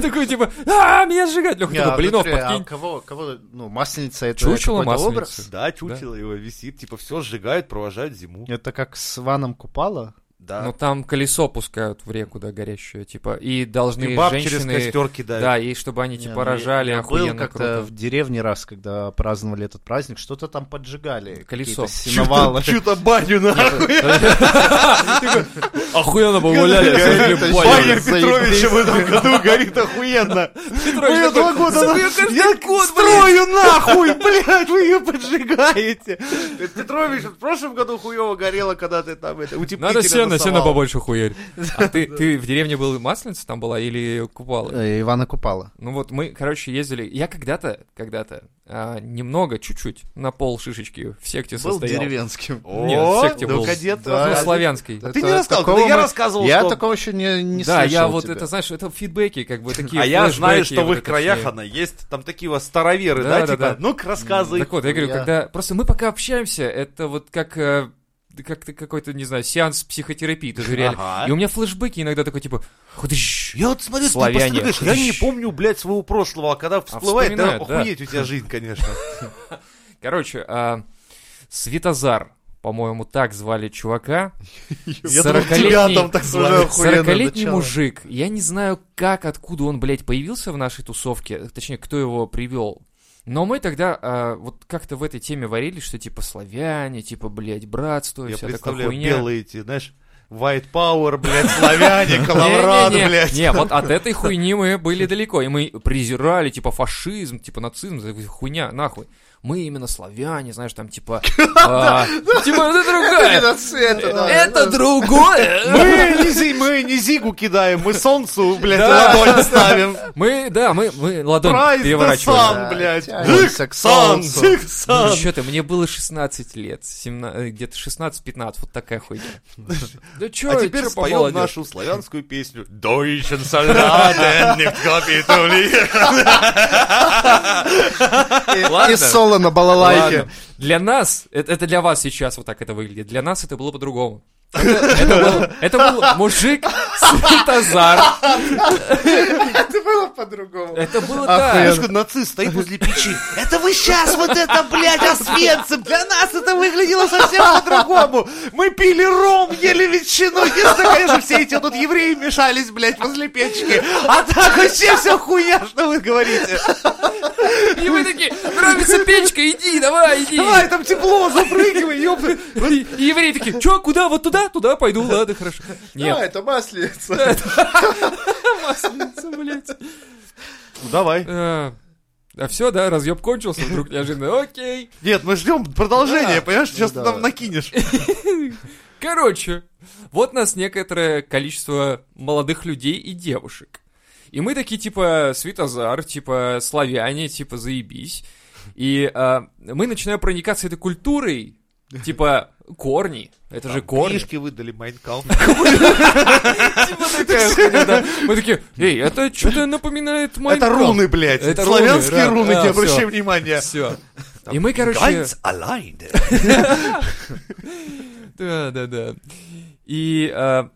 Такой, типа, а, меня сжигать, Леха, Не, такой, а блинов смотри, а подкинь. кого, кого, ну, масленица это Чучело какой-то масленицы. образ? Да, чучело его висит, типа все сжигают, провожают зиму. Это как с Ваном Купала? Но Да. там колесо пускают в реку, да, горящее, типа, и должны И баб через женщины... костер кидают. Да, и чтобы они, Не, типа, ну, я- рожали, я Был охуенно как-то круто. в деревне раз, когда праздновали этот праздник, что-то там поджигали. Колесо. какие-то Чё-то- сеновалы. Чё-то баню нахуй. Охуенно погуляли, Горит, смотри, это баня. Баня Заебись. Петровича в этом году горит охуенно. Петрович Мы ее такой, два года «Сука, на- я каждый я год, строю нахуй, блядь, вы ее поджигаете. Петрович, в прошлом году хуево Ну, горело, когда ты там это утеплитель Надо сено, сено насовал. побольше хуярь. А ты, ты в деревне был масленица там была или купала? Э, Ивана Купала. Ну вот мы, короче, ездили. Я когда-то, когда-то, а, немного, чуть-чуть, на пол шишечки в секте Был состоял. деревенским. Нет, в секте ну, был. кадет, Да. Ну, э, возможно. славянский. Ты не Это рассказывал, такого когда я мы- рассказывал, Я что- такого еще не, не да, слышал я у вот тебя. это, знаешь, это фидбэки, как бы такие А я знаю, флешбеки, что в вот их это краях все. она есть, там такие у вас староверы, Да, да, да, типа, да. ну-ка рассказывай. Так вот, я говорю, Я- когда... Просто мы пока общаемся, это вот как... э, как ты какой-то, не знаю, сеанс психотерапии, тоже реально. Ага. И у меня флешбэки иногда такой, типа, «Ходыщ». Я вот смотрю, что ты Славяне. постоянно говоришь, я не помню, блядь, своего прошлого, а когда всплывает, да, вспоминают, да. охуеть у тебя жизнь, конечно. Короче, а, Светозар, по-моему, так звали чувака. Я думал, тебя там так звали, охуенно 40-летний начало. мужик. Я не знаю, как, откуда он, блядь, появился в нашей тусовке, точнее, кто его привел. Но мы тогда а, вот как-то в этой теме варились, что типа славяне, типа, блядь, братство, и Я вся такая представляю, хуйня. белые эти, знаешь, White Power, блядь, славяне, колорад, Не-не-не. блядь. Не, вот от этой хуйни мы были далеко. И мы презирали, типа, фашизм, типа, нацизм, за- хуйня, нахуй. мы именно славяне, знаешь, там типа... а, Типа, это другое. Это другое. Мы не, зи- мы не зигу кидаем, мы солнцу, блядь, Да. ладонь ставим. Мы, да, мы, мы ладонь Прайс да переворачиваем. сам, блядь. Тянемся к Сан, солнцу. зиг Ну сан. что ты, мне было 16 лет, 17, э, где-то 16-15, вот такая хуйня. Да чё, А теперь чё по споем молодёжи? нашу славянскую песню. Deutschen Soldaten, nicht kapitulieren. Ладно. И соло на балалайке. Ладно. Для нас, это, это для вас сейчас вот так это выглядит, для нас это было по-другому. Это, это был, это был мужик Светозар. Это было по-другому. Это было Охуенно. так. Знаешь, как нацист стоит возле печи. Это вы сейчас вот это, блядь, освенцем. Для нас это выглядело совсем по-другому. Мы пили ром, ели ветчину. Единственное, конечно, все эти тут евреи мешались, блядь, возле печки. А так вообще все хуя, что вы говорите. И вы такие, нравится печка, иди, давай, иди. Давай, там А, тепло, запрыгивай, ёпта. И, и евреи такие, чё, куда, вот туда, туда пойду, ладно, хорошо. Да, Нет, А, это масленица. масленица, блядь. Давай. А, а все, да, разъеб кончился вдруг неожиданно. Окей. Нет, мы ждем продолжения, Да. понимаешь? Сейчас Ну, ты нам давай. накинешь. Короче, вот нас некоторое количество молодых людей и девушек. И мы такие, типа, свитозар, типа, славяне, типа, заебись. И а, мы начинаем проникаться этой культурой, типа, корни. Это же корни. Книжки выдали Майнкал. Типа такая хуйня, да. Мы такие, эй, это что-то напоминает Это Майнкрафт». руны, блядь. Это руны, Славянские да. руны, Да, не всё. обращай внимания. Все. И мы, короче... Ganz allein. Да, да, да. И э,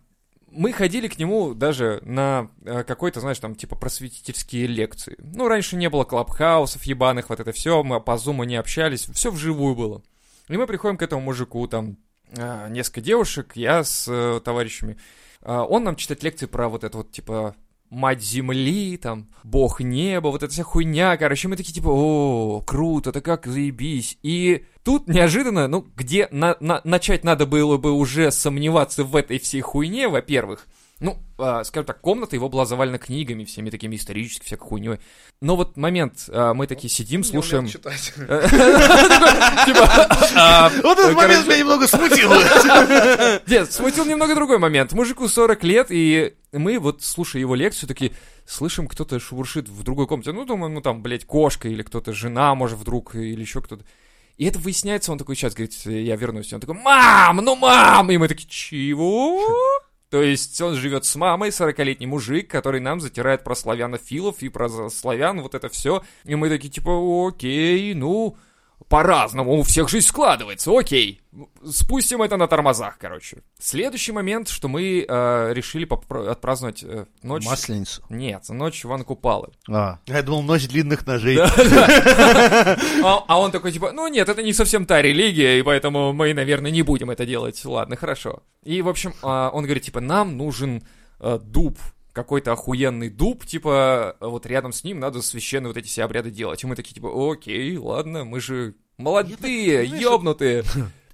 мы ходили к нему даже на э, какой-то, знаешь, там, типа, просветительские лекции. Ну, раньше не было клабхаусов ебаных, вот это все, мы по зуму не общались, все вживую было. И мы приходим к этому мужику, там, э, несколько девушек, я с э, товарищами. Э, он нам читает лекции про вот это вот, типа, мать земли, там, бог неба, вот эта вся хуйня, короче, мы такие, типа, о, круто, это как, заебись. И тут неожиданно, ну, где на- на- начать надо было бы уже сомневаться в этой всей хуйне, во-первых, ну, а, скажем так, комната его была завалена книгами, всеми такими историческими, всякой хуйней. Но вот момент, а, мы такие сидим, слушаем... Типа, Вот этот Ну, момент меня немного смутил. Нет, смутил немного другой момент. Мужику 40 лет, и мы вот, слушая его лекцию, такие, слышим, кто-то шуршит в другой комнате. Ну, думаем, ну там, блядь, кошка или кто-то, жена, может, вдруг, или еще кто-то. И это выясняется, он такой, сейчас, говорит, я вернусь. И он такой, мам, ну мам! И мы такие, чего? То есть он живет с мамой, 40-летний мужик, который нам затирает про славянофилов и про за- славян, вот это все. И мы такие, типа, окей, ну, по-разному, у всех жизнь складывается, окей. Спустим это на тормозах, короче. Следующий момент, что мы э, решили попро- отпраздновать э, ночь... Масленицу. Нет, ночь Ивана Купалы. А. Я думал, ночь длинных ножей. А, а он такой типа, ну нет, это не совсем та религия, и поэтому мы, наверное, не будем это делать. Ладно, хорошо. И, в общем, а, он говорит, типа, нам нужен э, дуб, какой-то охуенный дуб, типа, вот рядом с ним надо священные вот эти все обряды делать. И мы такие, типа, окей, ладно, мы же молодые, Я так, знаешь, ёбнутые.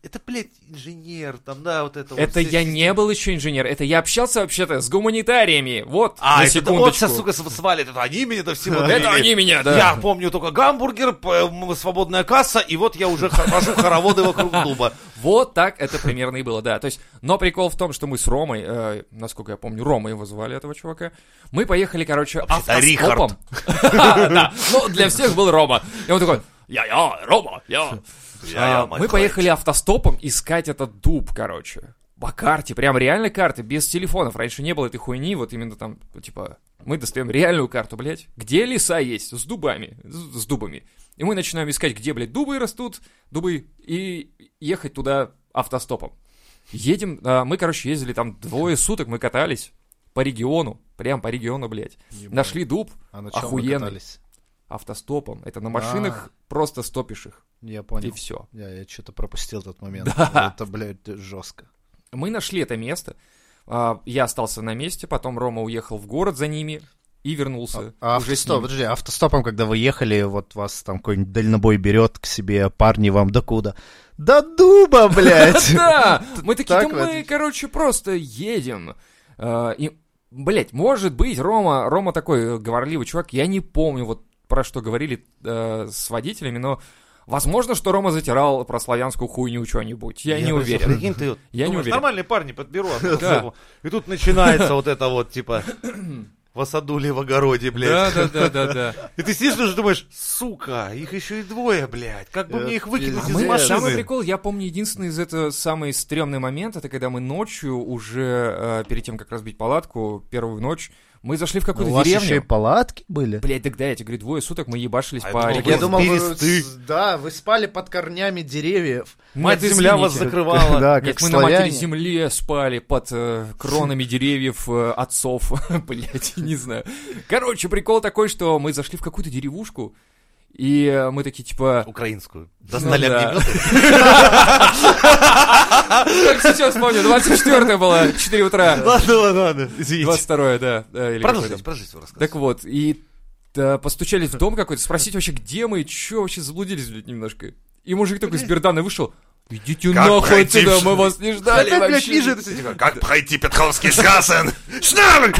Это, блядь, инженер, там, да, вот это. вот Это вся я система. не был еще инженер, это я общался вообще-то с гуманитариями, вот, А, на это да, вот сейчас, секундочку. сука, с- свалит. Это они меня до всего Это довели. они меня, да. Я помню только гамбургер, п- м, свободная касса, и вот я уже хожу хороводы вокруг дуба. Вот так это примерно и было, да. То есть, но прикол в том, что мы с Ромой, э, насколько я помню, Рома его звали, этого чувака, мы поехали, короче, Вообще-то автоскопом. Да, ну для всех был Рома. И он такой, я-я, Рома, я. Я- я, А, мой Мы клиент. поехали автостопом искать этот дуб, короче. По карте, прям реальной карты, без телефонов. Раньше не было этой хуйни, вот именно там, типа, мы достаем реальную карту, блядь. Где леса есть? С дубами. С, с дубами. И мы начинаем искать, где, блядь, дубы растут, дубы, и ехать туда автостопом. Едем, а, мы, короче, ездили там двое суток, мы катались по региону, прям по региону, блядь. Нашли дуб А на чём вы Охуенный. катались? автостопом. Это на А. машинах просто стопишь их, Я и понял. все. Я, что-то пропустил этот момент. Да. Это, блядь, жестко. Мы нашли это место. А, Я остался на месте, потом Рома уехал в город за ними и вернулся. А уже с автостоп, ними. подожди, автостопом, когда вы ехали, вот вас там какой-нибудь дальнобой берет к себе, парни вам докуда? До дуба, блядь! Да! Мы такие, так да мы, водить? короче, просто едем. А, И, блять, может быть, Рома, Рома такой э, говорливый чувак, я не помню вот про что говорили э, с водителями, но Возможно, что Рома затирал про славянскую хуйню что-нибудь. Я, не просто, уверен. прикинь, ты вот Я не думаешь, уверен. Нормальные парни подберу. а потом Да. его- И тут начинается вот это вот, типа, васадули в огороде, блядь. Да, да, да, да, да. И ты сидишь и думаешь, сука, их еще и двое, блядь. Как бы Э, мне их выкинуть А пиздец. из мы- Самый машины? прикол, я помню, единственный из этого самый стрёмный момент, это когда мы ночью уже, э, перед тем, как разбить палатку, первую ночь, мы зашли в Ну, какую-то у вас еще и деревню. палатки были? Блять, тогда я тебе говорю, двое суток мы ебашились А по это реке. было Я думал, вы- Бересты. да, вы спали под корнями деревьев. Нет, Мать земля вас извините. закрывала. Да, Нет, как мы на матери славяне. земле спали под э, кронами деревьев э, отцов, блять, не знаю. Короче, прикол такой, что мы зашли в какую-то деревушку, и э, мы такие, типа... Украинскую. Ну Достали да. огнеметы. Как сейчас помню, 24 было, 4 утра. Ладно, ладно, ладно. Извините. 22 да. да, или какой там. Продолжите, продолжите свой рассказ. Так вот, и да, постучались в дом какой-то, спросить вообще, где мы, чё вообще заблудились блядь, немножко. И мужик такой из Бердана вышел, идите Как нахуй пройти отсюда, в- мы вас не Да, ждали вообще. типа, Как пройти Петровский Шгассен? Шнарль!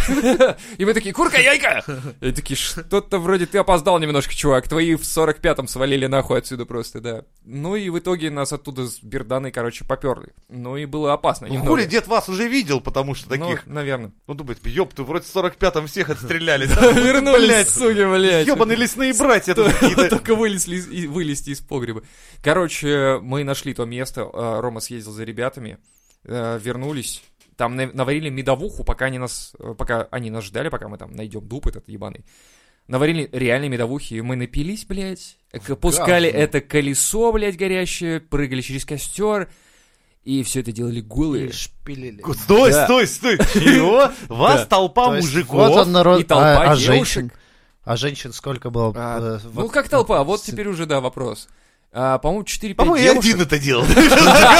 И мы такие, курка, яйка! И такие, что-то вроде ты опоздал немножко, чувак, твои в 45-м свалили нахуй отсюда просто, да. Ну и в итоге нас оттуда с Берданой, короче, поперли. Ну и было опасно немного. Хули дед вас уже видел, потому что Ну, таких... наверное. Он думает, ёб, ты вроде в 45-м всех отстреляли. Вернулись, блядь. суки, блядь. Ёбаные лесные братья тут какие-то. Только вылезли из- и- вылезти из погреба. Короче, мы нашли то место. э, Рома съездил за ребятами, э, вернулись. Там на- наварили медовуху, пока они нас, э, пока они нас ждали, пока мы там найдем дуб этот ебаный. Наварили реальные медовухи, и мы напились, блядь. к- Пускали Говно. это колесо, блядь, горящее, прыгали через костер, и все это делали голые. шпилили. Стой, Да. стой, стой. Чего? Вас Да. толпа То есть мужиков. вот он народ, и толпа а, а девушек. женщин, а женщин сколько было? А, э, ну, вот- как толпа, вот теперь уже, да, вопрос. А, по-моему, 4-5 По-моему, я девушек. один это делал. По-моему,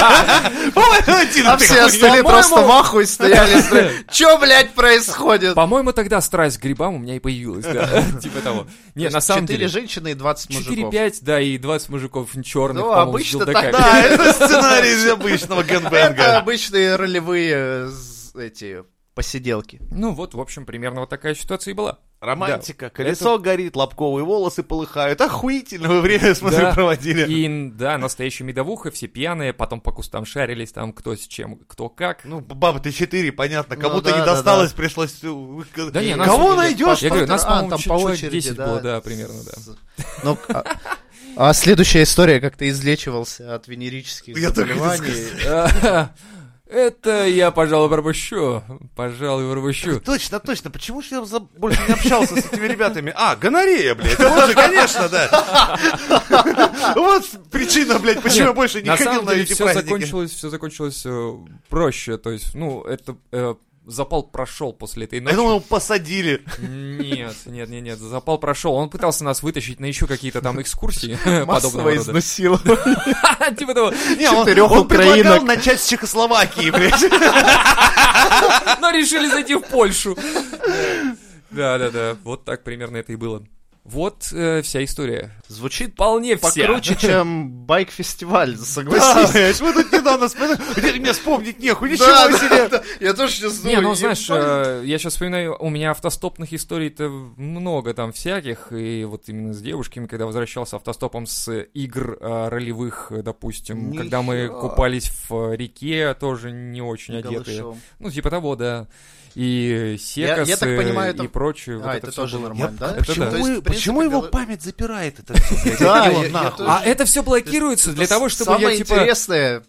я один А это все делал. остальные по-моему- просто в ахуе стояли. стр- Чё, блядь, происходит? По-моему, тогда страсть к грибам у меня и появилась, да, типа того. Не, на самом Четыре деле... женщины и 20 мужиков. 4-5, да, и 20 мужиков черных, Ну, по-моему, с обычно билдаками. тогда- Да, это сценарий из обычного Это гэнбэнга. обычные ролевые э, з- эти посиделки. Ну вот, в общем, примерно вот такая ситуация и была. Романтика, колесо горит, лобковые волосы полыхают. Охуительно вы время, смотрю, Да. проводили. И, да, настоящая медовуха, все пьяные, потом по кустам шарились, там кто с чем, кто как. Ну, баба, ты четыре, понятно. Ну Кому-то да, не да, досталось, пришлось... э, Да не, нас Кого убили. найдешь? Я говорю, нас, А, по-моему, там чё- по человек очереди, 10 было, да, примерно, да. С- Ну, а- а следующая история, как ты излечивался от венерических Я только хотел заболеваний. А, Это я, пожалуй, пропущу. Пожалуй, пропущу. Точно, точно. Почему же я за- больше не общался с этими ребятами? А, гонорея, блядь. Вот же, конечно, да. Вот причина, блядь, почему я больше не на ходил самом на деле эти все праздники. закончилось, все закончилось э, проще, то есть, ну, это э, запал прошел после этой Я ночи. думал, его посадили. Нет, нет, нет, нет, запал прошел. Он пытался нас вытащить на еще какие-то там экскурсии подобного Массово рода. изнасиловал. Типа того. Не, он, Четырёх он предлагал украинок. начать с Чехословакии, блядь. Но решили зайти в Польшу. Да, да, да. Вот так примерно это и было. Вот э, вся история. Звучит Вполне вся. покруче, чем байк-фестиваль, Да, согласись. А, блядь, мы тут недавно вспоминали. Теперь Мне вспомнить нехуй, Да, ничего да, себе. да. Я тоже сейчас Не, думаю. ну знаешь, ебать. э, я сейчас вспоминаю, у меня автостопных историй-то много там всяких, и вот именно с девушками, когда возвращался автостопом с игр э, ролевых, э, допустим, когда мы Нихера. купались в э, реке, тоже не очень одетые. Голышом. Ну, типа того, да. И секасы, я так понимаю, это- и прочее. вот А, это это всё тоже было. нормально, Я- да? Это да. То есть, Почему в принципе, почему его голо- память запирает это всё? Да, Его я- я нахуй. тоже- А это все блокируется для Это того, чтобы я, Самое типа, интересное,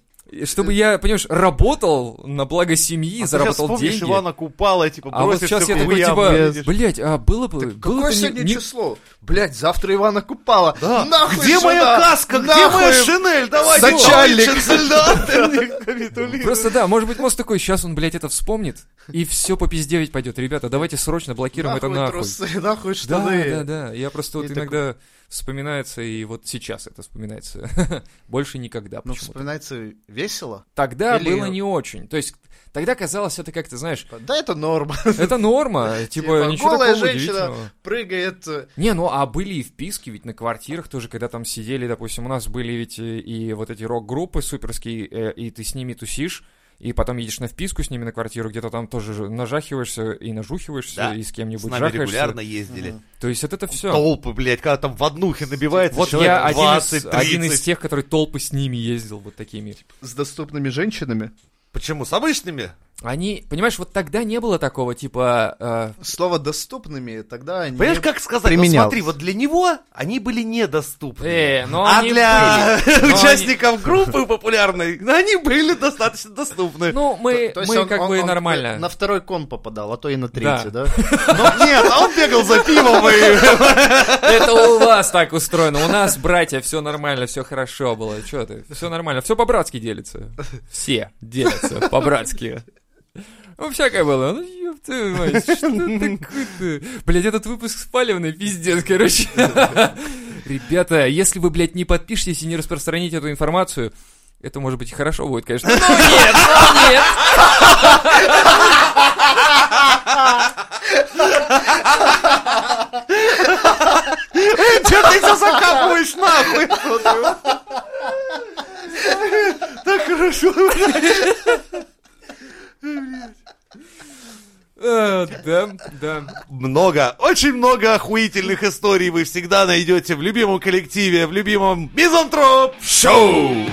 чтобы я, понимаешь, работал на благо семьи, А ты сейчас заработал вспомнишь деньги. Ивана Купала, типа, А вот бросишь сейчас всё я такой, хуям, типа, блядь. блядь, а было бы... было бы Какое не- сегодня не- число? Блять, завтра Ивана Купала. Да. Нахуй Где сюда! моя каска? Где Нахуй! моя шинель? Давай, типа, Начальник! Начальник! Просто да, может быть, мозг такой, сейчас он, блядь, это вспомнит, и все по пиздевить пойдет. Ребята, давайте срочно блокируем это нахуй. Нахуй трусы, нахуй Да, штаны. да, да. Я просто вот И иногда вспоминается, и вот сейчас это вспоминается. Больше никогда Ну, почему-то. вспоминается весело. Тогда Или- было не очень. То есть тогда казалось это как-то, знаешь, Да, это норма. это норма, типа Типа, ничего голая такого женщина. удивительного. Прыгает. э, Не, ну а были и вписки, ведь на квартирах тоже, когда там сидели, допустим, у нас были ведь э, и вот эти рок-группы суперские, э, и ты с ними тусишь, и потом едешь на вписку с ними на квартиру, где-то там тоже же нажахиваешься и нажухиваешься, Да. и с С кем-нибудь нами жахаешься. регулярно ездили. То есть это, это все. Толпы, блядь, когда там в однухе набивается Вот человек я один из- 20, один 30. из тех, который толпы с ними ездил, вот такими. С доступными женщинами? Почему? С обычными? Они, понимаешь, вот тогда не было такого, типа, э, Слово «доступными» тогда не... Понимаешь, как сказать? Вот применялось. смотри, вот для него они были недоступны. э, но а они для были. Но участников группы популярной ну, они были достаточно доступны. они- Ну, мы, То- то есть мы он- как он- бы он нормально. На второй кон попадал, а то и на третий, да? Ну, Но нет, а он бегал за пивом и... Это у вас так устроено. У нас, братья, все нормально, все хорошо было. Че ты? Все нормально. Все по-братски делится. Все делятся по-братски. Ну, всякое было. Ну, ёб твою мать, что такое-то? Блядь, этот выпуск спаливный, пиздец, короче. Ребята, если вы, блядь, не подпишетесь и не распространите эту информацию, это, может быть, и хорошо будет, конечно. Но нет, но нет. Че ты все закапываешь нахуй? Вот его. Так хорошо. А, Да, да. Много, очень много охуительных историй вы всегда найдете в любимом коллективе, в любимом Мизантроп Шоу.